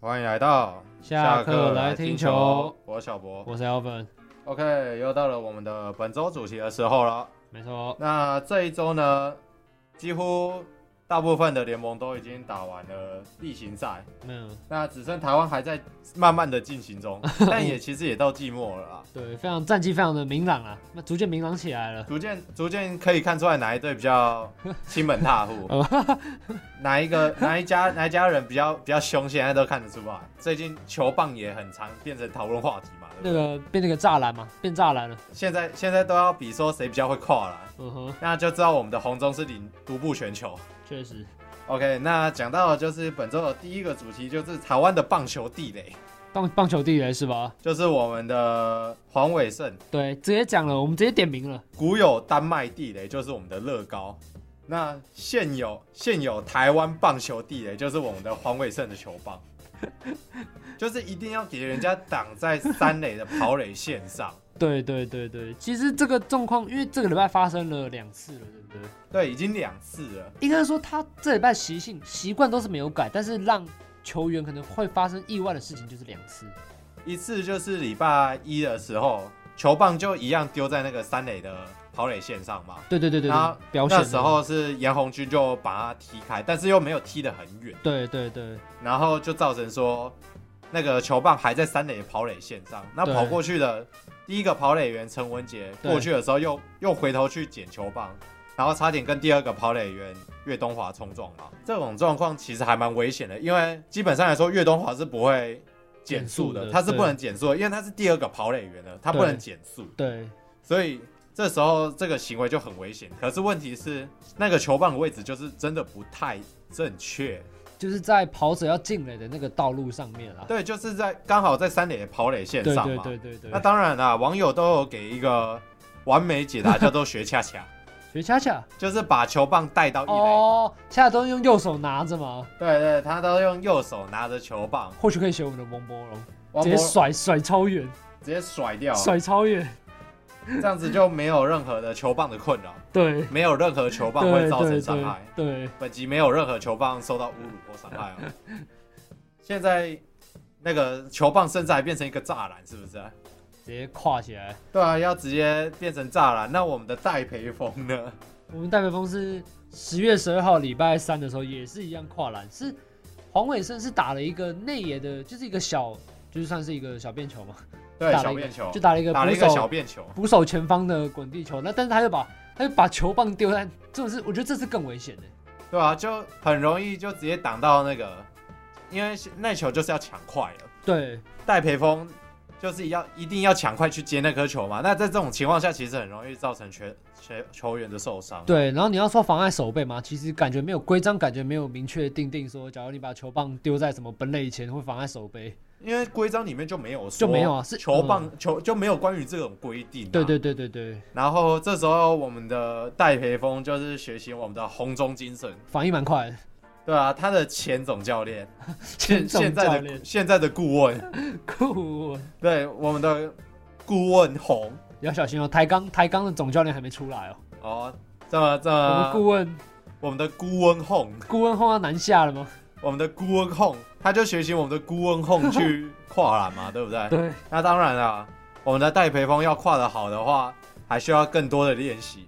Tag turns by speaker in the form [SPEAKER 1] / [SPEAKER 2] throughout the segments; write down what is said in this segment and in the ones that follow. [SPEAKER 1] 欢迎来到
[SPEAKER 2] 下课来听球，
[SPEAKER 1] 我是小博。
[SPEAKER 2] 我是 Alvin，
[SPEAKER 1] OK，又到了我们的本周主题的时候了。
[SPEAKER 2] 没错，
[SPEAKER 1] 那这一周呢，几乎大部分的联盟都已经打完了例行赛，
[SPEAKER 2] 嗯，
[SPEAKER 1] 那只剩台湾还在慢慢的进行 中，但也其实也到季末了啦，
[SPEAKER 2] 对，非常战绩非常的明朗啊，那逐渐明朗起来了。
[SPEAKER 1] 逐渐逐渐可以看出来哪一队比较亲门踏 户，哪一个哪一家哪一家人比较比较凶，现在都看得出来。最近球棒也很常变成讨论话题嘛，对不对
[SPEAKER 2] 那个变那个栅栏嘛，变栅栏了。
[SPEAKER 1] 现在现在都要比说谁比较会跨栏，
[SPEAKER 2] 嗯哼，
[SPEAKER 1] 那就知道我们的红中是领独步全球。
[SPEAKER 2] 确实，
[SPEAKER 1] OK，那讲到的就是本周的第一个主题，就是台湾的棒球地雷，
[SPEAKER 2] 棒棒球地雷是吧？
[SPEAKER 1] 就是我们的黄伟胜，
[SPEAKER 2] 对，直接讲了，我们直接点名了。
[SPEAKER 1] 古有丹麦地雷，就是我们的乐高。那现有现有台湾棒球地雷，就是我们的黄伟胜的球棒，就是一定要给人家挡在三垒的跑垒线上。
[SPEAKER 2] 对对对对，其实这个状况，因为这个礼拜发生了两次了，对不对？
[SPEAKER 1] 对，已经两次了。
[SPEAKER 2] 应该说他这礼拜习性习惯都是没有改，但是让球员可能会发生意外的事情就是两次。
[SPEAKER 1] 一次就是礼拜一的时候，球棒就一样丢在那个三垒的跑垒线上嘛。
[SPEAKER 2] 对对对对
[SPEAKER 1] 然
[SPEAKER 2] 对
[SPEAKER 1] 后，
[SPEAKER 2] 表现
[SPEAKER 1] 那时候是严红军就把它踢开，但是又没有踢得很远，
[SPEAKER 2] 对对对
[SPEAKER 1] 然后就造成说那个球棒还在三垒跑垒线上。那
[SPEAKER 2] 对
[SPEAKER 1] 跑过去的第一个跑垒员陈文杰
[SPEAKER 2] 对
[SPEAKER 1] 过去的时候又，又回头去捡球棒，然后差点跟第二个跑垒员岳东华冲撞嘛。这种状况其实还蛮危险的，因为基本上来说，岳东华是不会。减速
[SPEAKER 2] 减速
[SPEAKER 1] 的，
[SPEAKER 2] 的
[SPEAKER 1] 他是不
[SPEAKER 2] 对
[SPEAKER 1] 能减速的，因为他是第二个跑垒员的，他不
[SPEAKER 2] 对
[SPEAKER 1] 能减速。
[SPEAKER 2] 对，
[SPEAKER 1] 所以这时候这个行为就很危险。可是问题是，那个球棒的位置就是真的不太正确，
[SPEAKER 2] 就是在跑者要进垒的那个道路上面啊。
[SPEAKER 1] 对，就是在刚好在三垒的跑垒线
[SPEAKER 2] 对
[SPEAKER 1] 上
[SPEAKER 2] 对
[SPEAKER 1] 嘛。
[SPEAKER 2] 对对对
[SPEAKER 1] 那，当然啦，网友都有给一个完美解 答，叫做学恰恰，
[SPEAKER 2] 学恰恰。
[SPEAKER 1] 就是把球棒带到一垒。
[SPEAKER 2] 哦，现在都是用右手拿着嘛，
[SPEAKER 1] 对对，他都用右手拿着球棒，
[SPEAKER 2] 或许可以学我们的王柏龙，
[SPEAKER 1] 王
[SPEAKER 2] 直
[SPEAKER 1] 柏哦
[SPEAKER 2] 接甩甩超远，
[SPEAKER 1] 直接甩掉，
[SPEAKER 2] 甩超远，
[SPEAKER 1] 这样子就没有任何的球棒的困扰，
[SPEAKER 2] 对，
[SPEAKER 1] 没有任何球棒会
[SPEAKER 2] 对
[SPEAKER 1] 造成
[SPEAKER 2] 对
[SPEAKER 1] 伤害
[SPEAKER 2] 对。对，
[SPEAKER 1] 本集没有任何球棒受到侮辱或伤害 啊。现在那个球棒甚至还变成一个栅栏，是不是？啊
[SPEAKER 2] 直接跨起来。
[SPEAKER 1] 对啊，要直接变成栅栏。那我们的戴培峰呢？
[SPEAKER 2] 我们戴培峰是十月十二号礼拜三的时候也是一样跨栏，是黄伟胜是打了一个内野的，就是一个小，就是算是一个小便球嘛，
[SPEAKER 1] 对，
[SPEAKER 2] 打了一个
[SPEAKER 1] 小便球
[SPEAKER 2] 就，打了一个
[SPEAKER 1] 哦打了
[SPEAKER 2] 捕
[SPEAKER 1] 一个小
[SPEAKER 2] 手
[SPEAKER 1] 便球。
[SPEAKER 2] 捕手前方的滚地球，那但是他就把他就把球棒丢在，这种是我觉得这是更危险的，
[SPEAKER 1] 对啊，就很容易就直接挡到那个，因为那球就是要抢快了。
[SPEAKER 2] 对
[SPEAKER 1] 戴培峰就是要一定要抢快去接那颗球嘛。那在这种情况下，其实很容易造成全全球员的受伤。
[SPEAKER 2] 对，然后你要说妨碍守备嘛，其实感觉没有规章，感觉没有明确定定说，假如你把球棒丢在什么本垒以前会妨碍守备。
[SPEAKER 1] 因为规章里面就没有说
[SPEAKER 2] 就没有啊是
[SPEAKER 1] 球棒、球就没有关于这种规定、啊。
[SPEAKER 2] 对。对对对对，
[SPEAKER 1] 然后这时候我们的戴培峰就是学习我们的红中精神，
[SPEAKER 2] 反应蛮快的。
[SPEAKER 1] 对啊，他的前总教练，
[SPEAKER 2] 前总
[SPEAKER 1] 现
[SPEAKER 2] 教
[SPEAKER 1] 在的
[SPEAKER 2] 练
[SPEAKER 1] 现在的顾问，
[SPEAKER 2] 酷，
[SPEAKER 1] 对我们的顾问红
[SPEAKER 2] 要小心哦，台钢台钢的总教练还没出来哦。
[SPEAKER 1] 哦，这么这
[SPEAKER 2] 我们
[SPEAKER 1] 么
[SPEAKER 2] 顾问
[SPEAKER 1] 我们的顾问红，
[SPEAKER 2] 顾问后要南下了吗？
[SPEAKER 1] 我们的顾问红，他就学习我们的顾问红去跨栏 嘛，对不对？
[SPEAKER 2] 对，
[SPEAKER 1] 那当然啦，我们的戴培峰要跨得好的话，还需要更多的练习。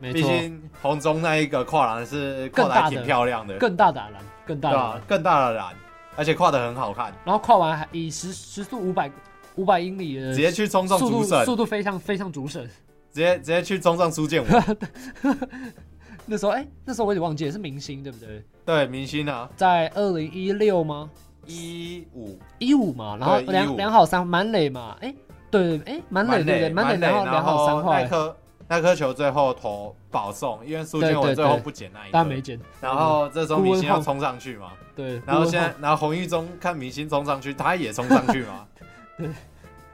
[SPEAKER 2] 没
[SPEAKER 1] 毕
[SPEAKER 2] 错，
[SPEAKER 1] 竟红中那一个跨栏是跨得还挺漂亮的，
[SPEAKER 2] 更大胆了，更大
[SPEAKER 1] 对啊
[SPEAKER 2] 胆
[SPEAKER 1] 吧
[SPEAKER 2] 了。？
[SPEAKER 1] 更大的栏，而且跨得很好看，
[SPEAKER 2] 然后跨完还以时时速五百五百英里的
[SPEAKER 1] 直接去冲撞
[SPEAKER 2] 速
[SPEAKER 1] 主
[SPEAKER 2] 度
[SPEAKER 1] 审，
[SPEAKER 2] 速度非常非常主审。
[SPEAKER 1] 直接直接去冲撞苏建文，
[SPEAKER 2] 那时候哎、那时候我有点忘记了是明星对不对？
[SPEAKER 1] 对，明星啊，
[SPEAKER 2] 在二零一六吗？
[SPEAKER 1] 一五
[SPEAKER 2] 一五嘛，然后
[SPEAKER 1] 对15
[SPEAKER 2] 两两好三满垒嘛，哎、对，哎、满垒对不对？满
[SPEAKER 1] 然
[SPEAKER 2] 垒两好两好三
[SPEAKER 1] 那
[SPEAKER 2] 坏，
[SPEAKER 1] 颗那颗球最后投保送，因为苏建文
[SPEAKER 2] 对对
[SPEAKER 1] 最后
[SPEAKER 2] 对
[SPEAKER 1] 不捡那一
[SPEAKER 2] 但没
[SPEAKER 1] 颗，
[SPEAKER 2] 捡。
[SPEAKER 1] 然后这时候
[SPEAKER 2] 顾问
[SPEAKER 1] 明星要
[SPEAKER 2] 后
[SPEAKER 1] 冲上去嘛，
[SPEAKER 2] 对，
[SPEAKER 1] 然后
[SPEAKER 2] 不过
[SPEAKER 1] 现在然后洪一中看明星冲上去，他也冲上去嘛，
[SPEAKER 2] 对，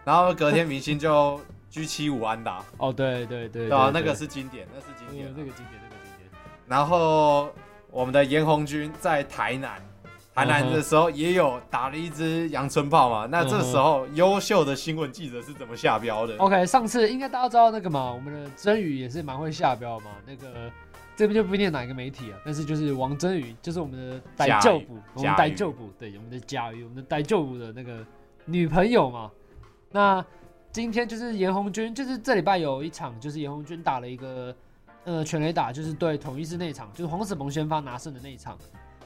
[SPEAKER 1] 然后隔天明星就 G 七五安打，
[SPEAKER 2] 哦，对对对，
[SPEAKER 1] 对啊，
[SPEAKER 2] 对
[SPEAKER 1] 那个
[SPEAKER 2] 对
[SPEAKER 1] 是经典，那是经典
[SPEAKER 2] 嗯
[SPEAKER 1] 啊
[SPEAKER 2] 那。个经典，那个经典，
[SPEAKER 1] 然后我们的严红军在台南，台南的时候也有打了一支阳春炮嘛。那
[SPEAKER 2] 嗯
[SPEAKER 1] 这时候优秀的新闻记者是怎么
[SPEAKER 2] 哦
[SPEAKER 1] 下标的？
[SPEAKER 2] OK，上次应该大家都知道那个嘛，我们的真宇也是蛮会下标嘛，那个这边就不念哪一个媒体啊，但是就是王真宇，就是我们的
[SPEAKER 1] 甲
[SPEAKER 2] 逮
[SPEAKER 1] 鱼
[SPEAKER 2] 救捕，我们
[SPEAKER 1] 甲
[SPEAKER 2] 逮
[SPEAKER 1] 鱼
[SPEAKER 2] 救捕，对，我们的甲鱼，我们的逮救捕的那个女朋友嘛。那今天就是严红军，就是这礼拜有一场，就是严红军打了一个呃全垒打，就是对统一是那一场，就是黄子鹏先发拿胜的那一场。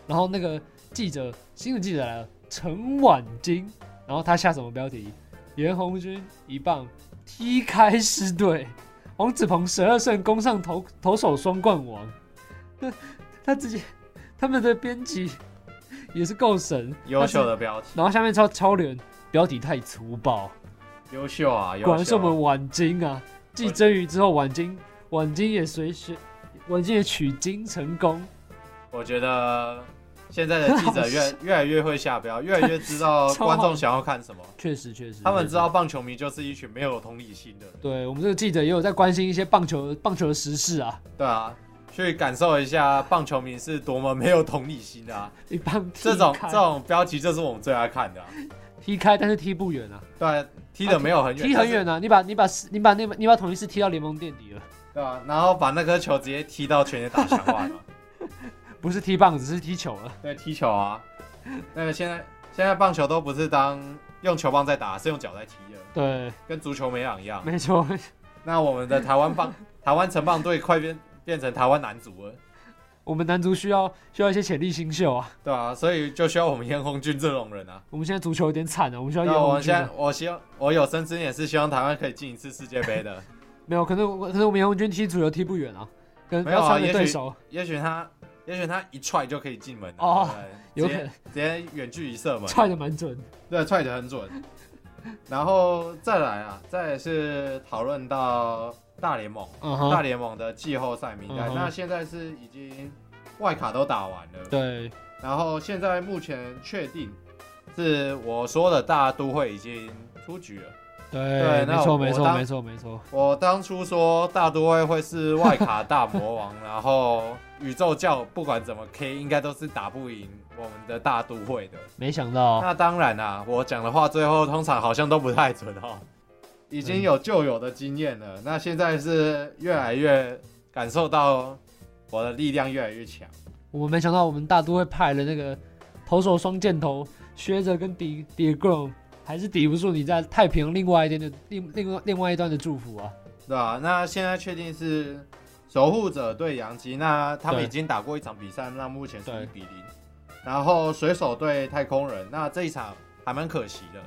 [SPEAKER 2] 然后那个记者，新闻记者来了，陈婉晶，然后他下什么标题？严红军一棒踢开狮队，王子鹏十二胜攻上投投手双冠王。 他他直接他们的编辑也是够神，
[SPEAKER 1] 优秀的标题，
[SPEAKER 2] 然后下面超超连标题太粗暴，
[SPEAKER 1] 优秀啊，优秀啊
[SPEAKER 2] 果然是我们晚金啊！继真鱼之后，晚金晚金也随学，晚金也取经成功。
[SPEAKER 1] 我觉得现在的记者 越越来越会下标，越来越知道
[SPEAKER 2] 超好
[SPEAKER 1] 观众想要看什么。
[SPEAKER 2] 确实，确实，
[SPEAKER 1] 他们
[SPEAKER 2] 确实
[SPEAKER 1] 知道棒球迷就是一群没有同理心的人，
[SPEAKER 2] 对我们这个记者也有在关心一些棒球棒球的时事啊，
[SPEAKER 1] 对啊，去感受一下棒球迷是多么没有同理心的 啊！
[SPEAKER 2] 一般
[SPEAKER 1] 这种
[SPEAKER 2] 踢开
[SPEAKER 1] 这种标题就是我们最爱看的、啊，
[SPEAKER 2] 踢开，但是踢不远啊，
[SPEAKER 1] 对啊、踢的没有很远，
[SPEAKER 2] 踢很远啊！你把你把你把那你把统一是踢到联盟垫底了，
[SPEAKER 1] 但是，对啊，然后把那颗球直接踢到全垒打墙外嘛，
[SPEAKER 2] 不是踢棒子，是踢球了。
[SPEAKER 1] 对，踢球啊，那个现在现在棒球都不是当用球棒在打，是用脚在踢的，
[SPEAKER 2] 对，
[SPEAKER 1] 跟足球没两样。
[SPEAKER 2] 没错，
[SPEAKER 1] 那我们的台湾棒台湾城棒队快变变成台湾男足了，
[SPEAKER 2] 我们男足需要需要一些潜力新秀啊。
[SPEAKER 1] 对啊，所以就需要我们严红军这种人啊。
[SPEAKER 2] 我们现在足球有点惨啊了，我们需要
[SPEAKER 1] 那
[SPEAKER 2] 用。
[SPEAKER 1] 我现在我希望我有生之年是希望台湾可以进一次世界杯 的。
[SPEAKER 2] 没有，可是我可是我们杨文军踢足球踢不远啊，可能
[SPEAKER 1] 没
[SPEAKER 2] 不
[SPEAKER 1] 有
[SPEAKER 2] 要
[SPEAKER 1] 啊
[SPEAKER 2] 穿
[SPEAKER 1] 也
[SPEAKER 2] 给
[SPEAKER 1] 许
[SPEAKER 2] 对手，
[SPEAKER 1] 也许他，也许他一踹就可以进门了
[SPEAKER 2] 哦，
[SPEAKER 1] 对
[SPEAKER 2] 有
[SPEAKER 1] 不
[SPEAKER 2] 可
[SPEAKER 1] 对
[SPEAKER 2] 能
[SPEAKER 1] 直接直接远距离射门，
[SPEAKER 2] 踹的蛮准。
[SPEAKER 1] 对，踹得很准。然后再来啊，再来是讨论到大联盟，
[SPEAKER 2] 嗯
[SPEAKER 1] 大
[SPEAKER 2] 哼，
[SPEAKER 1] 联盟的季后赛名单。
[SPEAKER 2] 嗯哼
[SPEAKER 1] 那现在是已经外卡都打完了，
[SPEAKER 2] 对，
[SPEAKER 1] 然后现在目前确定是我说的大都会已经出局了。对
[SPEAKER 2] 对，没
[SPEAKER 1] 那
[SPEAKER 2] 错，
[SPEAKER 1] 我
[SPEAKER 2] 没错，
[SPEAKER 1] 当
[SPEAKER 2] 没错，没错。
[SPEAKER 1] 我当初说大都会会是外卡大魔王，然后宇宙教不管怎么 K，应该都是打不赢我们的大都会的。
[SPEAKER 2] 没想到，
[SPEAKER 1] 那当然啦、我讲的话最后通常好像都不太准哦。已经有旧有的经验了，那现在是越来越感受到我的力量越来越强。
[SPEAKER 2] 我们没想到我们大都会派了那个投手双箭头，靴着跟底底 g r o 还是抵不住你在太平洋另外一边的另另外另外一端的祝福啊。
[SPEAKER 1] 对啊，那现在确定是守护者对杨基，那他们
[SPEAKER 2] 对
[SPEAKER 1] 已经打过一场比赛，那目前是
[SPEAKER 2] 对
[SPEAKER 1] 一比零。然后水手对太空人，那这一场还蛮可惜的，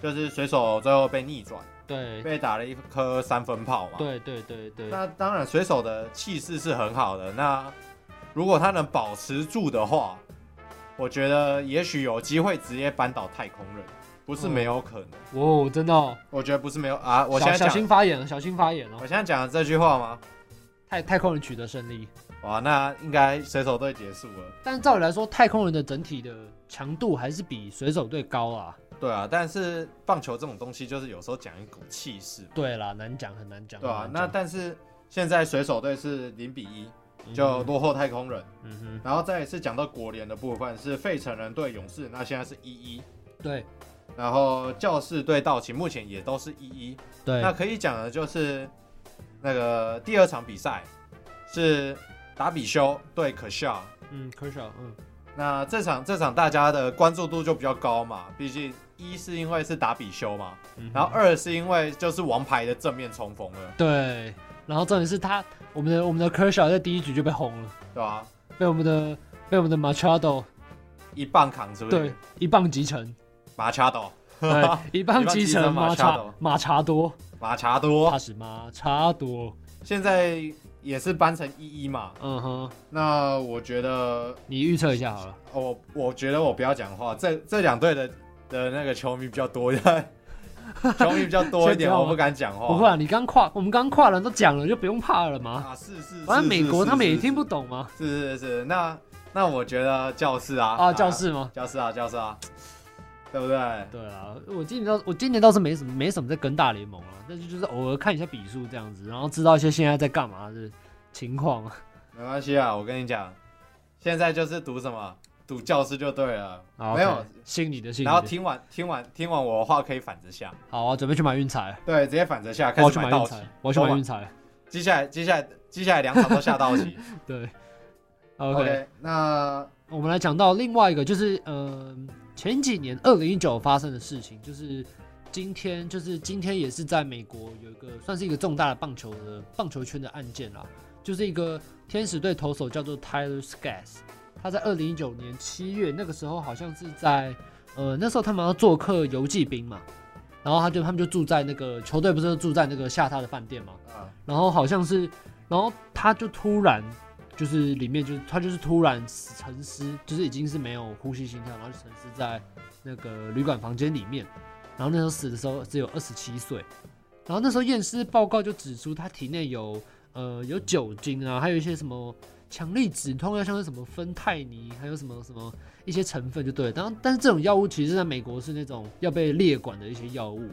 [SPEAKER 1] 就是水手最后被逆转，
[SPEAKER 2] 对，
[SPEAKER 1] 被打了一颗三分炮嘛。。
[SPEAKER 2] 对，对，对，对，
[SPEAKER 1] 那当然，水手的气势是很好的，那如果他能保持住的话，我觉得也许有机会直接扳倒太空人，不是
[SPEAKER 2] 嗯
[SPEAKER 1] 没有可能。
[SPEAKER 2] 哦，真的哦，
[SPEAKER 1] 我觉得不是没有啊，我
[SPEAKER 2] 小
[SPEAKER 1] 现在
[SPEAKER 2] 小
[SPEAKER 1] 讲，
[SPEAKER 2] 心发言了，小心发言哦
[SPEAKER 1] 我。现在讲的这句话吗？
[SPEAKER 2] 太太空人取得胜利，
[SPEAKER 1] 哇，那应该水手队结束了。
[SPEAKER 2] 但是照理来说，太空人的整体的强度还是比水手队高啊。
[SPEAKER 1] 对啊，但是棒球这种东西就是有时候讲一股气势嘛，
[SPEAKER 2] 对啦，难讲，很难讲。
[SPEAKER 1] 对啊
[SPEAKER 2] 很。
[SPEAKER 1] 那
[SPEAKER 2] 难讲
[SPEAKER 1] 但是现在水手队是零比一，就落后太空人。
[SPEAKER 2] 嗯哼，
[SPEAKER 1] 然后再一次讲到国联的部分是费城人对勇士，那现在是一一。
[SPEAKER 2] 对
[SPEAKER 1] 然后教士对道奇目前也都是一一。
[SPEAKER 2] 对
[SPEAKER 1] 那可以讲的就是那个第二场比赛是达比修对可笑。
[SPEAKER 2] 嗯，科少，嗯，
[SPEAKER 1] 那这场这场大家的关注度就比较高嘛，毕竟一是因为是达比修嘛，
[SPEAKER 2] 嗯哼
[SPEAKER 1] 然后二是因为就是王牌的正面冲锋了，
[SPEAKER 2] 对，然后重点是他，我们的我们的科少在第一局就被轰了，
[SPEAKER 1] 对吧、
[SPEAKER 2] 被我们的被我们的 Machado
[SPEAKER 1] 一棒扛是不是？
[SPEAKER 2] 对，一棒击 沉，
[SPEAKER 1] 马查多，
[SPEAKER 2] 对，一棒
[SPEAKER 1] 击
[SPEAKER 2] 击
[SPEAKER 1] 沉
[SPEAKER 2] 沉马
[SPEAKER 1] Machado
[SPEAKER 2] 查马查多，
[SPEAKER 1] 马查多
[SPEAKER 2] 他是马查多，
[SPEAKER 1] 现在也是扳成一一嘛。
[SPEAKER 2] 嗯哼，
[SPEAKER 1] 那我觉得
[SPEAKER 2] 你预测一下好了，
[SPEAKER 1] 我我觉得我不要讲话，这这两队的的那个球迷比较多， 球迷比较多一
[SPEAKER 2] 先不
[SPEAKER 1] 点，
[SPEAKER 2] 要
[SPEAKER 1] 我不敢讲话。
[SPEAKER 2] 不会啊，你刚跨，我们刚跨栏都讲了，就不用怕了嘛。
[SPEAKER 1] 啊，是是，
[SPEAKER 2] 反正
[SPEAKER 1] 是
[SPEAKER 2] 美国他们也听不。
[SPEAKER 1] 是
[SPEAKER 2] 懂嘛，
[SPEAKER 1] 是是是是，那那我觉得教室啊
[SPEAKER 2] 啊，教室吗？
[SPEAKER 1] 教室啊教室啊，对不对？
[SPEAKER 2] 对啊，我今年倒我今年倒是没什么没什么在跟大联盟了，但是就是偶尔看一下比数这样子，然后知道一些现在在干嘛的情况 啊
[SPEAKER 1] 没关系啊，我跟你讲，现在就是赌什么，赌教室就对了。
[SPEAKER 2] 好
[SPEAKER 1] 没有
[SPEAKER 2] OK，，信你的信你
[SPEAKER 1] 然后
[SPEAKER 2] 的，
[SPEAKER 1] 听完听完听完我的话可以反着下，
[SPEAKER 2] 好啊，准备去买运彩。
[SPEAKER 1] 对，直接反着下
[SPEAKER 2] 我
[SPEAKER 1] 开
[SPEAKER 2] 要
[SPEAKER 1] 始
[SPEAKER 2] 去
[SPEAKER 1] 买
[SPEAKER 2] 买
[SPEAKER 1] 道
[SPEAKER 2] 运
[SPEAKER 1] 奇
[SPEAKER 2] 彩。，我要去买运彩。
[SPEAKER 1] 接下来接下来接下来两场都下到 期。
[SPEAKER 2] 对
[SPEAKER 1] OK，那
[SPEAKER 2] 呃我们来讲到另外一个，就是呃，前几年二零一九发生的事情，就是今天，就是今天也是在美国有一个算是一个重大的棒球的棒球圈的案件啦，就是一个天使队投手叫做 Tyler Skaggs，他在二零一九年七月那个时候好像是在呃那时候他们要做客游骑兵嘛，然后他就他们就住在那个球队不是住在那个下榻的饭店嘛，
[SPEAKER 1] 啊，
[SPEAKER 2] 然后好像是，然后他就突然就是里面就是他就是突然沉思，就是已经是没有呼吸心跳，然后就沉思在那个旅馆房间里面。然后那时候死的时候只有二十七岁，然后那时候验尸报告就指出他体内有呃有酒精啊，还有一些什么强力止痛药，像是什么芬太尼，还有什么什么一些成分就对了。当但是这种药物其实在美国是那种要被列管的一些药物，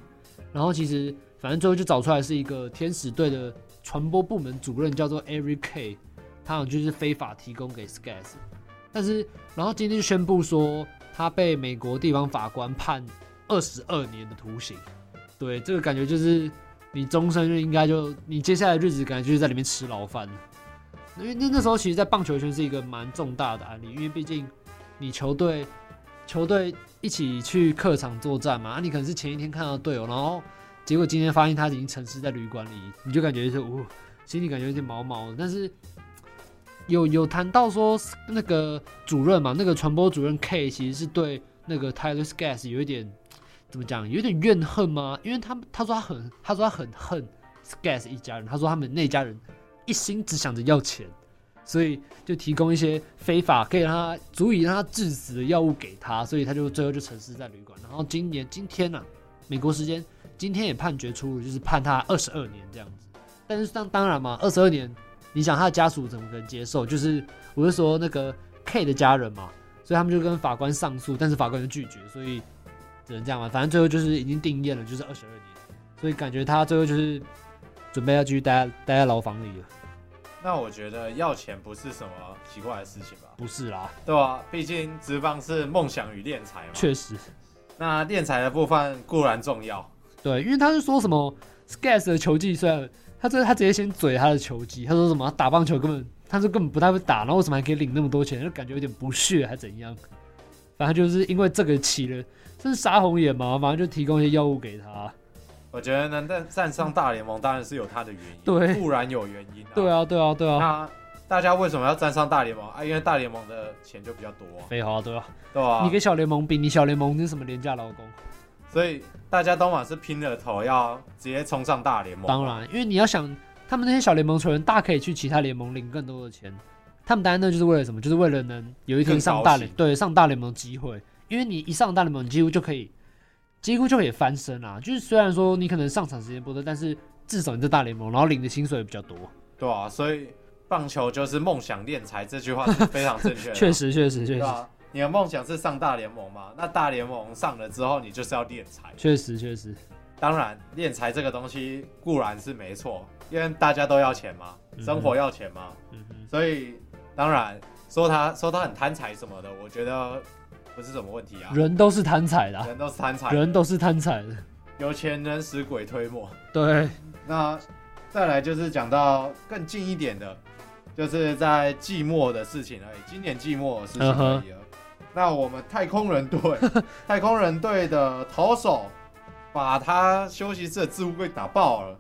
[SPEAKER 2] 然后其实反正最后就找出来是一个天使队的传播部门主任叫做 Eric K，他好像就是非法提供给 Skaggs，但是然后今天就宣布说他被美国地方法官判二十二年的徒刑，对，这个感觉就是你终身就应该就你接下来的日子感觉就是在里面吃牢饭，因为那那时候其实，在棒球圈是一个蛮重大的案例，因为毕竟你球队球队一起去客场作战嘛，啊，你可能是前一天看到队友，然后结果今天发现他已经沉尸在旅馆里，你就感觉是哦，心里感觉有点毛毛的。但是有有谈到说那个主任嘛，那个传播主任 K 其实是对那个 Tyler Skaggs 有一点怎么讲，有点怨恨吗？因为他他说他很他说他很恨 Skaggs 一家人，他说他们那家人一心只想着要钱。所以就提供一些非法可以让他足以让他致死的药物给他，所以他就最后就沉尸在旅馆。然后今年今天呢、啊，美国时间今天也判决出炉，就是判他二十二年这样子。但是当当然嘛，二十二年，你想他的家属怎么可能接受？就是我是说那个 K 的家人嘛，所以他们就跟法官上诉，但是法官就拒绝，所以只能这样嘛。反正最后就是已经定验了，就是二十二年，所以感觉他最后就是准备要继续待待在牢房里了。
[SPEAKER 1] 那我觉得要钱不是什么奇怪的事情吧？
[SPEAKER 2] 不是啦，
[SPEAKER 1] 对啊，毕竟职棒是梦想与练财嘛。
[SPEAKER 2] 确实。
[SPEAKER 1] 那练财的部分固然重要，
[SPEAKER 2] 对，因为他是说什么 Skaggs 的球技虽然他这他直接先嘴他的球技，他说什么他打棒球根本他说根本不太会打，然后为什么还可以领那么多钱，就感觉有点不屑还怎样。反正就是因为这个起了，这是杀红眼嘛，反正就提供一些药物给他。
[SPEAKER 1] 我觉得能站站上大联盟当然是有它的原因，啊
[SPEAKER 2] 对
[SPEAKER 1] 固然有原因啊。
[SPEAKER 2] 对啊，对啊，对啊，
[SPEAKER 1] 那大家为什么要站上大联盟啊？因为大联盟的钱就比较多啊、
[SPEAKER 2] 废话对啊，
[SPEAKER 1] 对吧、
[SPEAKER 2] 你跟小联盟比，你小联盟是什么廉价劳工？
[SPEAKER 1] 所以大家当晚是拼了头要直接冲上大联盟。
[SPEAKER 2] 当，然，因为你要想，他们那些小联盟球员大可以去其他联盟领更多的钱，他们单那就是为了什么？就是为了能有一天上大联
[SPEAKER 1] 更
[SPEAKER 2] 对上大联盟的机会，因为你一上大联盟，你几乎就可以几乎就可以翻身啦、就是虽然说你可能上场时间不多，但是至少你在大联盟，然后领的薪水也比较多。
[SPEAKER 1] 对啊，所以棒球就是梦想练财这句话是非常正确的，
[SPEAKER 2] 确，实，确实，确
[SPEAKER 1] 对
[SPEAKER 2] 实，
[SPEAKER 1] 啊。你的梦想是上大联盟嘛？那大联盟上了之后，你就是要练财。
[SPEAKER 2] 确实，确实，
[SPEAKER 1] 当然，练财这个东西固然是没错，因为大家都要钱嘛，
[SPEAKER 2] 嗯
[SPEAKER 1] 生活要钱嘛，
[SPEAKER 2] 嗯哼，
[SPEAKER 1] 所以当然说他说他很贪财什么的，我觉得不是什么问题啊。
[SPEAKER 2] 人都是贪财的啊、
[SPEAKER 1] 人都是贪财的，
[SPEAKER 2] 人都是贪财的，
[SPEAKER 1] 有钱能使鬼推磨。
[SPEAKER 2] 对，
[SPEAKER 1] 那再来就是讲到更近一点的，就是在季末的事情而已，今年季末的事情而
[SPEAKER 2] 嗯
[SPEAKER 1] 已了。那我们太空人 队，太空人队的投手把他休息室的置物柜打爆了。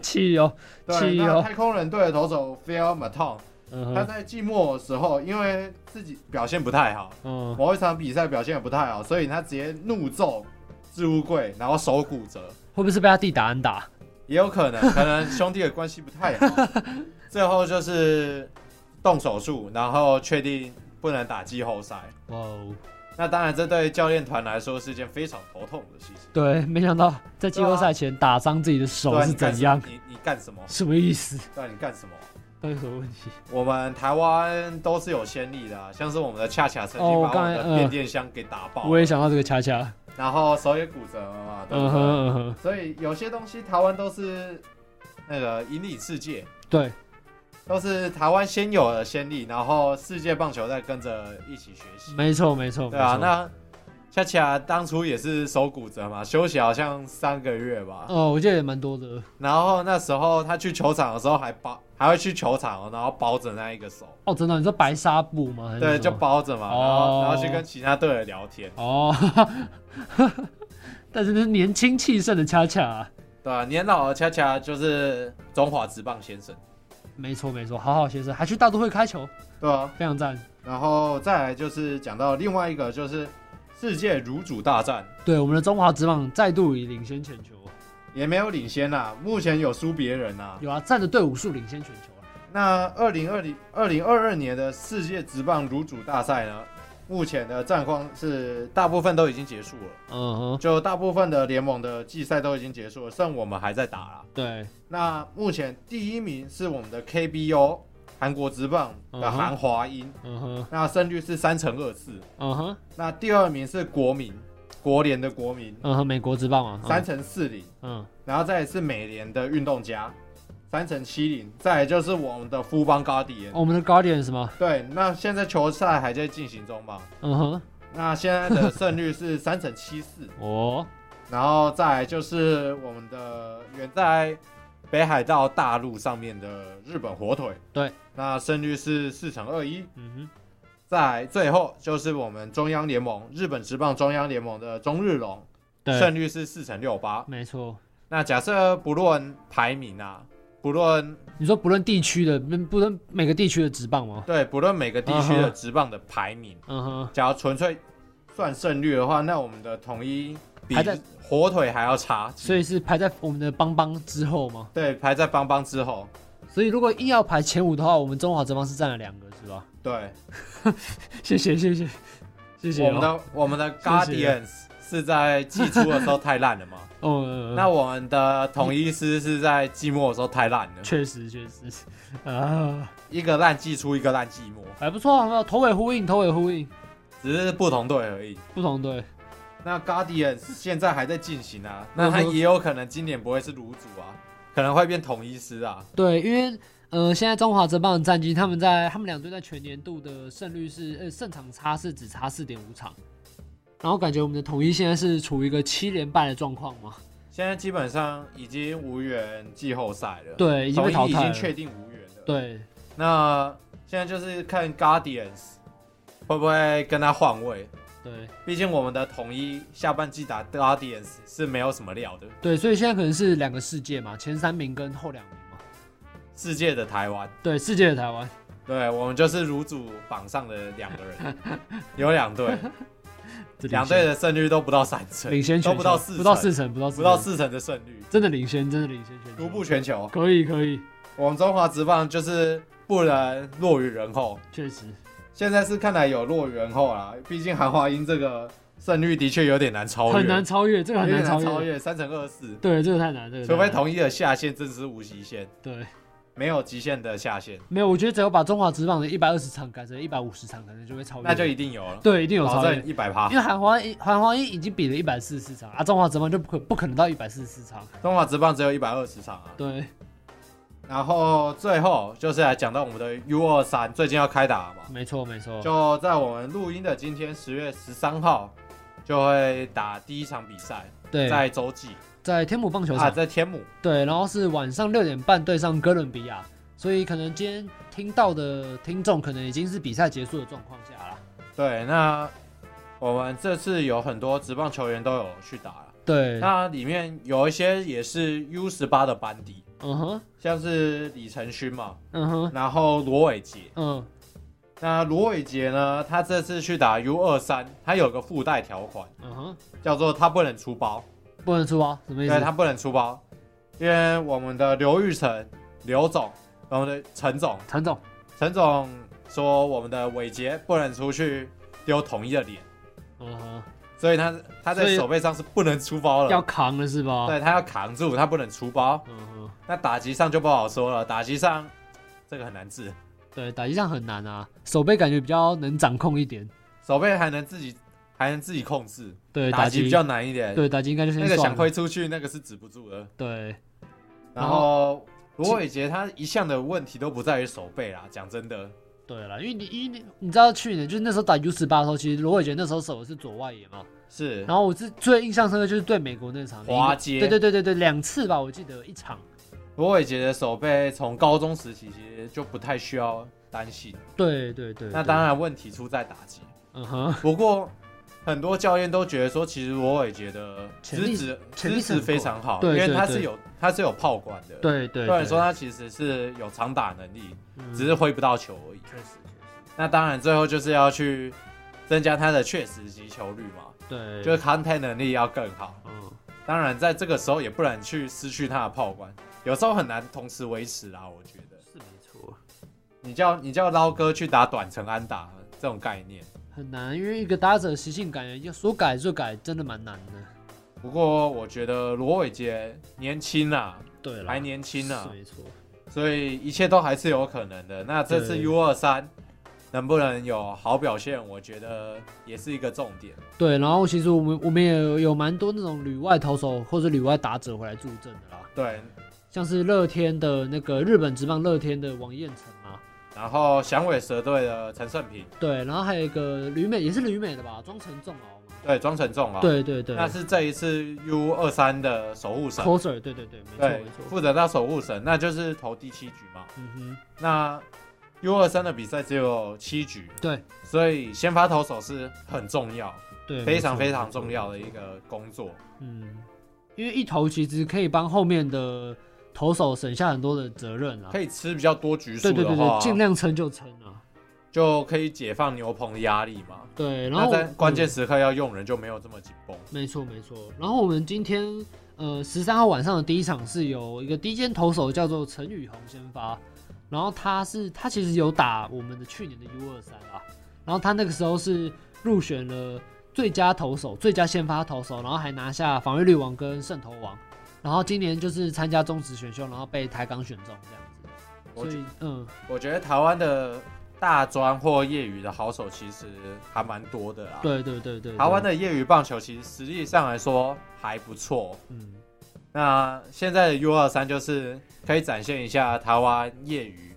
[SPEAKER 2] 气哦，
[SPEAKER 1] 对，
[SPEAKER 2] 气
[SPEAKER 1] 那
[SPEAKER 2] 哦，
[SPEAKER 1] 太空人队的投手 Phil Maton，
[SPEAKER 2] 嗯
[SPEAKER 1] 他
[SPEAKER 2] 哼，
[SPEAKER 1] 在季末的时候，因为自己表现不太好，
[SPEAKER 2] 嗯，
[SPEAKER 1] 某一场比赛表现也不太好，所以他直接怒揍置物柜，然后手骨折。
[SPEAKER 2] 会不会是被他弟打安打？
[SPEAKER 1] 也有可能， 可能兄弟的关系不太好，最后就是动手术，然后确定不能打季后赛。
[SPEAKER 2] 哇哦！
[SPEAKER 1] 那当然，这对教练团来说是件非常头痛的事情。
[SPEAKER 2] 对，没想到在季后赛前打伤自己的
[SPEAKER 1] 对
[SPEAKER 2] 手
[SPEAKER 1] 啊
[SPEAKER 2] 是怎样？
[SPEAKER 1] 你干什么你你干什么？
[SPEAKER 2] 什么意思？
[SPEAKER 1] 对啊，你啊干什么？
[SPEAKER 2] 到底什么问题？
[SPEAKER 1] 我们台湾都是有先例的、啊，像是我们的恰恰曾经
[SPEAKER 2] 哦我
[SPEAKER 1] 把我
[SPEAKER 2] 刚
[SPEAKER 1] 们
[SPEAKER 2] 才
[SPEAKER 1] 的
[SPEAKER 2] 呃
[SPEAKER 1] 变电箱给打爆，
[SPEAKER 2] 我也想到这个恰恰，
[SPEAKER 1] 然后手也骨折了嘛，对不
[SPEAKER 2] 嗯
[SPEAKER 1] 对？
[SPEAKER 2] 哼嗯哼，
[SPEAKER 1] 所以有些东西台湾都是那个引领世界，
[SPEAKER 2] 对，
[SPEAKER 1] 都是台湾先有的先例，然后世界棒球在跟着一起学习。
[SPEAKER 2] 没错没错，
[SPEAKER 1] 对啊，
[SPEAKER 2] 没错
[SPEAKER 1] 那恰恰当初也是手骨折嘛，休息好像三个月吧。
[SPEAKER 2] 哦，我记得也蛮多的。
[SPEAKER 1] 然后那时候他去球场的时候还包，还会去球场哦，然后包着那一个手，
[SPEAKER 2] 哦，真的，你说白纱布吗？还是
[SPEAKER 1] 对，
[SPEAKER 2] 什
[SPEAKER 1] 就
[SPEAKER 2] 么
[SPEAKER 1] 包着嘛，然后然后去跟其他队友聊天，
[SPEAKER 2] 哦， 但是那是年轻气盛的恰恰、啊，
[SPEAKER 1] 对吧、年老的恰恰就是中华职棒先生，
[SPEAKER 2] 没错没错，好好先生还去大都会开球，
[SPEAKER 1] 对啊。
[SPEAKER 2] 非常赞。
[SPEAKER 1] 然后再来就是讲到另外一个就是世界乳主大战，
[SPEAKER 2] 对，我们的中华职棒再度以领先全球，啊
[SPEAKER 1] 也没有领先啦、目前有输别人啦、
[SPEAKER 2] 有啊，占着队伍数领先全球啊。
[SPEAKER 1] 那二零二零二零二二年的世界职棒乳主大赛呢，目前的战况是大部分都已经结束了，
[SPEAKER 2] 嗯哼，
[SPEAKER 1] 就大部分的联盟的季赛都已经结束了，剩我们还在打啦。
[SPEAKER 2] 对，
[SPEAKER 1] 那目前第一名是我们的 KBO 韩国职棒的韩华英，
[SPEAKER 2] 嗯哼，
[SPEAKER 1] 那胜率是三乘二四。
[SPEAKER 2] 嗯哼，
[SPEAKER 1] 那第二名是国民国联的国民，
[SPEAKER 2] 嗯哼，美国职棒嘛，
[SPEAKER 1] 三乘四零，
[SPEAKER 2] 嗯，
[SPEAKER 1] 然后再来是美联的运动家，三乘七零，再来就是我们的富邦高迪
[SPEAKER 2] 嗯，我们的 Guardian 是吗？
[SPEAKER 1] 对，那现在球赛还在进行中嘛？
[SPEAKER 2] 嗯哼，
[SPEAKER 1] 那现在的胜率 是三乘七四，
[SPEAKER 2] 哦，
[SPEAKER 1] 然后再来就是我们的远在北海道大陆上面的日本火腿，
[SPEAKER 2] 对，
[SPEAKER 1] 那胜率是四乘二一。
[SPEAKER 2] 嗯
[SPEAKER 1] 再来最后就是我们中央联盟日本职棒中央联盟的中日龙，
[SPEAKER 2] 哼，对，
[SPEAKER 1] 胜率是四乘六八。
[SPEAKER 2] 没错。
[SPEAKER 1] 那假设不论排名啊，不论
[SPEAKER 2] 你说不论地区的，不不论每个地区的职棒吗？
[SPEAKER 1] 对，不论每个地区
[SPEAKER 2] 嗯
[SPEAKER 1] 的
[SPEAKER 2] 哼
[SPEAKER 1] 职棒的排名，
[SPEAKER 2] 嗯哼，
[SPEAKER 1] 假如纯粹算胜率的话，那我们的统一比
[SPEAKER 2] 还在
[SPEAKER 1] 火腿还要差，
[SPEAKER 2] 所以是排在我们的邦邦之后吗？
[SPEAKER 1] 对，排在邦邦之后。
[SPEAKER 2] 所以如果硬要排前五的话，我们中华职棒是占了两个，是吧？
[SPEAKER 1] 对，
[SPEAKER 2] 谢谢谢谢谢谢、哦
[SPEAKER 1] 我们的我们的 Guardians 是在季初的时候太烂了 嘛？
[SPEAKER 2] 哦，
[SPEAKER 1] 那我们的统一师是在季末的时候太烂了，
[SPEAKER 2] 确实确实啊，
[SPEAKER 1] 一个烂季初，一个烂季末，
[SPEAKER 2] 还不错，还不错，头尾呼应，头尾呼应，
[SPEAKER 1] 只是不同队而已。
[SPEAKER 2] 不同队。
[SPEAKER 1] 那 Guardians 现在还在进行啊，那他
[SPEAKER 2] 嗯哼
[SPEAKER 1] 也有可能今年不会是卤煮啊，可能会变统一师啊。
[SPEAKER 2] 对，因为呃，现在中华职棒的战绩，他们在他们两队在全年度的胜率是呃胜场差是只差四点五场，然后感觉我们的统一现在是处于一个七连败的状况嘛？
[SPEAKER 1] 现在基本上已经无缘季后赛了，，
[SPEAKER 2] 对，已经被淘
[SPEAKER 1] 统一已经
[SPEAKER 2] 汰了。
[SPEAKER 1] 确定无缘了。，
[SPEAKER 2] 对，
[SPEAKER 1] 那现在就是看 Guardians 会不会跟他换位。
[SPEAKER 2] 对
[SPEAKER 1] 毕竟我们的统一下半季打 Guardians 是没有什么料的，
[SPEAKER 2] 对，所以现在可能是两个世界嘛，前三名跟后两名嘛。
[SPEAKER 1] 世界的台湾，
[SPEAKER 2] 对，世界的台湾。
[SPEAKER 1] 对我们就是如主榜上的两个人， 有两队，两队的胜率都不到三成，
[SPEAKER 2] 领先全球
[SPEAKER 1] 都不到四成
[SPEAKER 2] 不到四成，不到四
[SPEAKER 1] 不
[SPEAKER 2] 成
[SPEAKER 1] 到，四成的胜率，
[SPEAKER 2] 真的领先，真的领先全球，
[SPEAKER 1] 独步全球。
[SPEAKER 2] 可以可以，
[SPEAKER 1] 我们中华职棒就是不能落于人后，
[SPEAKER 2] 确实
[SPEAKER 1] 现在是看来有落于人后啦，毕竟韩华英这个胜率的确有点难超越，
[SPEAKER 2] 很难超越，这个
[SPEAKER 1] 有
[SPEAKER 2] 很
[SPEAKER 1] 点
[SPEAKER 2] 难
[SPEAKER 1] 难
[SPEAKER 2] 超越，
[SPEAKER 1] 越三乘二四，
[SPEAKER 2] 对，啊这个太难，这个太
[SPEAKER 1] 除非
[SPEAKER 2] 难
[SPEAKER 1] 统一的下限真是无极限，
[SPEAKER 2] 对，
[SPEAKER 1] 没有极限的下限，
[SPEAKER 2] 没有，我觉得只要把中华职棒的一百二十场改成一百五十场，可能就会超越，
[SPEAKER 1] 那就一定有了，
[SPEAKER 2] 对，一定有
[SPEAKER 1] 保
[SPEAKER 2] 超越
[SPEAKER 1] 证，啊一百趴
[SPEAKER 2] 因。为韩华一韩华一已经比了一百四十四场啊，中华职棒就不可不可能到一百四十四场，
[SPEAKER 1] 中华职棒只有一百二十场啊，
[SPEAKER 2] 对，
[SPEAKER 1] 然后最后就是来讲到我们的 U 二三最近要开打了嘛，
[SPEAKER 2] 没错没错，
[SPEAKER 1] 就在我们录音的今天十月十三号就会打第一场比赛，
[SPEAKER 2] 对，
[SPEAKER 1] 在洲际
[SPEAKER 2] 在天母棒球
[SPEAKER 1] 啊，
[SPEAKER 2] 场，
[SPEAKER 1] 在天母，
[SPEAKER 2] 对，然后是晚上六点半对上哥伦比亚，所以可能今天听到的听众可能已经是比赛结束的状况下啦。
[SPEAKER 1] 对，那我们这次有很多职棒球员都有去打了，
[SPEAKER 2] 对，
[SPEAKER 1] 那里面有一些也是 U 十八的班底，
[SPEAKER 2] 嗯哼，
[SPEAKER 1] 像是李承勋嘛，
[SPEAKER 2] 嗯哼，
[SPEAKER 1] 然后罗伟杰。
[SPEAKER 2] 嗯，
[SPEAKER 1] 那罗伟杰呢，他这次去打 U 二三，他有个附带条款，
[SPEAKER 2] 嗯哼，
[SPEAKER 1] 叫做他不能出包，
[SPEAKER 2] 不能出包，什么意
[SPEAKER 1] 对
[SPEAKER 2] 思？
[SPEAKER 1] 他不能出包，因为我们的刘玉成、刘总，我们的陈总，
[SPEAKER 2] 陈总，
[SPEAKER 1] 陈总说我们的伟杰不能出去丢统一的脸，
[SPEAKER 2] 嗯哼，
[SPEAKER 1] 所以他他
[SPEAKER 2] 所
[SPEAKER 1] 在
[SPEAKER 2] 以
[SPEAKER 1] 手背上是不能出包了，
[SPEAKER 2] 要扛了是
[SPEAKER 1] 呃
[SPEAKER 2] 吧？
[SPEAKER 1] 对他要扛住，他不能出包。
[SPEAKER 2] 嗯哼，
[SPEAKER 1] 那打击上就不好说了，打击上这个很难治，
[SPEAKER 2] 对，打击上很难啊，手背感觉比较能掌控一点。
[SPEAKER 1] 手背还能自己还能自己控制，
[SPEAKER 2] 对，
[SPEAKER 1] 打
[SPEAKER 2] 击
[SPEAKER 1] 击比较难一点。
[SPEAKER 2] 对打击应该就先
[SPEAKER 1] 那个
[SPEAKER 2] 算
[SPEAKER 1] 想
[SPEAKER 2] 了
[SPEAKER 1] 挥出去，那个是止不住的。
[SPEAKER 2] 对，
[SPEAKER 1] 然后罗伟杰他一向的问题都不在于手背啦，讲真的，
[SPEAKER 2] 对了，因为你因为你你知道去年就是那时候打 U 十八的时候，其实罗伟杰那时候守的是左外野嘛，
[SPEAKER 1] 是
[SPEAKER 2] 然后我是最印象深刻就是对美国那场
[SPEAKER 1] 华
[SPEAKER 2] 一个
[SPEAKER 1] 街
[SPEAKER 2] 对对对对对，两次吧，我记得一场。
[SPEAKER 1] 罗伟杰的手背从高中时期其实就不太需要担心，
[SPEAKER 2] 对对对，
[SPEAKER 1] 那
[SPEAKER 2] 对
[SPEAKER 1] 当，然问题出在打击。
[SPEAKER 2] 嗯哼，
[SPEAKER 1] 不过很多教练都觉得说，其实罗伟杰的
[SPEAKER 2] 潜力
[SPEAKER 1] 资质
[SPEAKER 2] 潜力
[SPEAKER 1] 资
[SPEAKER 2] 是很
[SPEAKER 1] 质非常好，因
[SPEAKER 2] 对
[SPEAKER 1] 为
[SPEAKER 2] 对
[SPEAKER 1] 他
[SPEAKER 2] 对
[SPEAKER 1] 是有他是有炮管的，
[SPEAKER 2] 对对，
[SPEAKER 1] 虽然
[SPEAKER 2] 对，
[SPEAKER 1] 说他其实是有长打能力，
[SPEAKER 2] 嗯
[SPEAKER 1] 只是挥不到球而已。
[SPEAKER 2] 确实确
[SPEAKER 1] 那当然最后就是要去增加他的确实击球率嘛，
[SPEAKER 2] 实，对，
[SPEAKER 1] 就是抗 o 能力要更好。
[SPEAKER 2] 嗯，
[SPEAKER 1] 当然在这个时候也不能去失去他的炮管，有时候很难同时维持啊，我觉得。
[SPEAKER 2] 是没错，
[SPEAKER 1] 你叫你叫捞哥去打短程安打这种概念。
[SPEAKER 2] 很难，因为一个打者的习性感觉要说改就改，真的蛮难的。
[SPEAKER 1] 不过我觉得罗伟杰年轻啊，
[SPEAKER 2] 对了，
[SPEAKER 1] 还年轻啊
[SPEAKER 2] 是，没错，
[SPEAKER 1] 所以一切都还是有可能的。那这次
[SPEAKER 2] 对
[SPEAKER 1] U 二三能不能有好表现，我觉得也是一个重点。
[SPEAKER 2] 对。然后其实我们我们也有有蛮多那种旅外投手或者旅外打者回来助阵的啦，
[SPEAKER 1] 对，
[SPEAKER 2] 像是乐天的那个日本职棒乐天的王彦辰嘛，
[SPEAKER 1] 然后响尾蛇队的陈胜平，
[SPEAKER 2] 对。然后还有一个旅美也是旅美的吧，庄成仲哦，
[SPEAKER 1] 对，庄成仲啊，，
[SPEAKER 2] 对对对
[SPEAKER 1] 那是这一次 U 二三的守护神，
[SPEAKER 2] ，coser，对对对，没错
[SPEAKER 1] 对
[SPEAKER 2] 没，错，
[SPEAKER 1] 负责到守护神，那就是投第七局嘛。
[SPEAKER 2] 嗯哼，
[SPEAKER 1] 那 U 二三的比赛只有七局，
[SPEAKER 2] 对，
[SPEAKER 1] 所以先发投手是很重要，
[SPEAKER 2] 对，
[SPEAKER 1] 非常
[SPEAKER 2] 没错
[SPEAKER 1] 非常重要的一个工作。
[SPEAKER 2] 嗯，因为一投其实可以帮后面的投手省下很多的责任啊。
[SPEAKER 1] 可以吃比较多局数
[SPEAKER 2] 对对
[SPEAKER 1] 的
[SPEAKER 2] 对
[SPEAKER 1] 话
[SPEAKER 2] 对，，尽量撑就撑啊。
[SPEAKER 1] 就可以解放牛棚的压力嘛。
[SPEAKER 2] 对，然
[SPEAKER 1] 那
[SPEAKER 2] 后
[SPEAKER 1] 在关键
[SPEAKER 2] 嗯
[SPEAKER 1] 时刻要用人就没有这么紧绷。
[SPEAKER 2] 没错没错。然后我们今天呃十三号晚上的第一场是由一个第一间投手叫做陈宇宏先发，然后他是他其实有打我们的去年的 U 二三啊，然后他那个时候是入选了最佳投手、最佳先发投手，然后还拿下防御率王跟胜投王，然后今年就是参加中职选秀，然后被台港选中这样子。
[SPEAKER 1] 我
[SPEAKER 2] 所
[SPEAKER 1] 觉
[SPEAKER 2] 以嗯，
[SPEAKER 1] 我觉得台湾的大专或业余的好手其实还蛮多的啦。，
[SPEAKER 2] 对对对对对
[SPEAKER 1] 台湾的业余棒球其实实力上来说还不错。
[SPEAKER 2] 嗯，
[SPEAKER 1] 那现在的 U 二三就是可以展现一下台湾业余，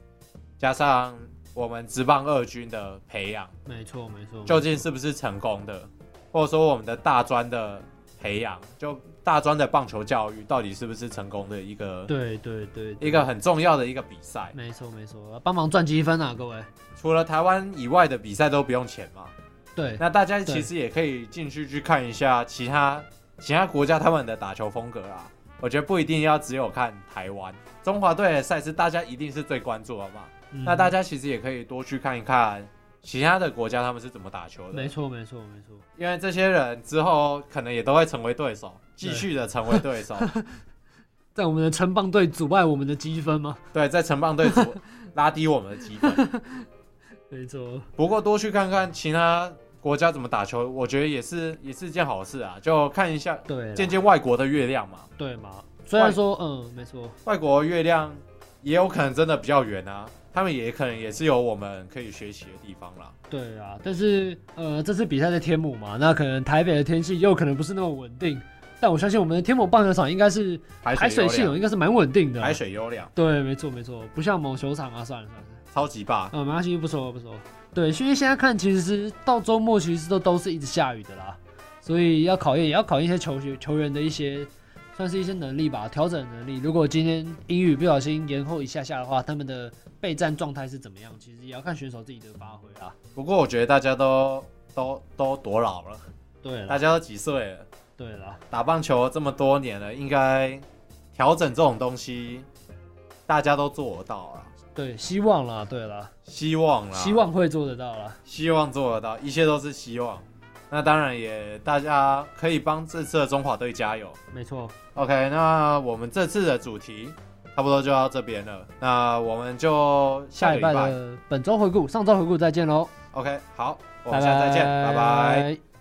[SPEAKER 1] 加上我们职棒二军的培养，
[SPEAKER 2] 没错没错，
[SPEAKER 1] 究竟是不是成功的，或者说我们的大专的培养，就大专的棒球教育到底是不是成功的一个
[SPEAKER 2] 对对对，对
[SPEAKER 1] 一个很重要的一个比赛。
[SPEAKER 2] 没错没错，帮忙赚积分啊，各位。
[SPEAKER 1] 除了台湾以外的比赛都不用钱嘛，
[SPEAKER 2] 对，
[SPEAKER 1] 那大家
[SPEAKER 2] 对
[SPEAKER 1] 其实也可以进去去看一下其他其他国家他们的打球风格啦。我觉得不一定要只有看台湾中华队的赛事，大家一定是最关注的嘛。
[SPEAKER 2] 嗯
[SPEAKER 1] 那大家其实也可以多去看一看其他的国家他们是怎么打球的
[SPEAKER 2] 没，错没错没错，
[SPEAKER 1] 因为这些人之后可能也都会成为对手，继续的成为对 手。
[SPEAKER 2] 在我们的城棒队阻碍我们的积分吗？
[SPEAKER 1] 对，在城棒队组拉低我们的积分。
[SPEAKER 2] 没错，
[SPEAKER 1] 不过多去看看其他国家怎么打球，我觉得也是也是一件好事啊，就看一下
[SPEAKER 2] 对啦，
[SPEAKER 1] 见见外国的月亮嘛。
[SPEAKER 2] 对嘛。虽然说嗯，没错，
[SPEAKER 1] 外国月亮也有可能真的比较远啊，他们也可能也是有我们可以学习的地方啦。
[SPEAKER 2] 对啊，但是呃，这次比赛在天母嘛，那可能台北的天气又可能不是那么稳定，但我相信我们的天母棒球场应该是
[SPEAKER 1] 海
[SPEAKER 2] 海
[SPEAKER 1] 水
[SPEAKER 2] 水系
[SPEAKER 1] 优良，
[SPEAKER 2] 统应该是蛮稳定的啊、
[SPEAKER 1] 海水优良，
[SPEAKER 2] 对，没错没错，不像某球场啊，算了算了。
[SPEAKER 1] 超级棒。
[SPEAKER 2] 啊，没关系，不说了不说了。对，因为现在看，其实到周末其实都都是一直下雨的啦，所以要考验也要考验一些球学球员的一些，算是一些能力吧，调整能力。如果今天英语不小心延后一下下的话，他们的备战状态是怎么样，其实也要看选手自己的发挥啦。
[SPEAKER 1] 不过我觉得大家都都都多老了，
[SPEAKER 2] 对啊
[SPEAKER 1] 大
[SPEAKER 2] 啦，
[SPEAKER 1] 家都几岁了，
[SPEAKER 2] 对啦，
[SPEAKER 1] 打棒球这么多年了，应该调整这种东西，大家都做得到啊。
[SPEAKER 2] 对，希望啦，对啦，
[SPEAKER 1] 希望啦，
[SPEAKER 2] 希望会做得到啦。
[SPEAKER 1] 希望做得到，一切都是希望。那当然也，大家可以帮这次的中华队加油。
[SPEAKER 2] 没错，
[SPEAKER 1] OK，那我们这次的主题差不多就到这边了，那我们就下个
[SPEAKER 2] 礼
[SPEAKER 1] 礼拜。
[SPEAKER 2] 的本周回顾、上周回顾再见喽，
[SPEAKER 1] OK，好，我
[SPEAKER 2] 拜
[SPEAKER 1] 们下次再见，拜拜
[SPEAKER 2] 拜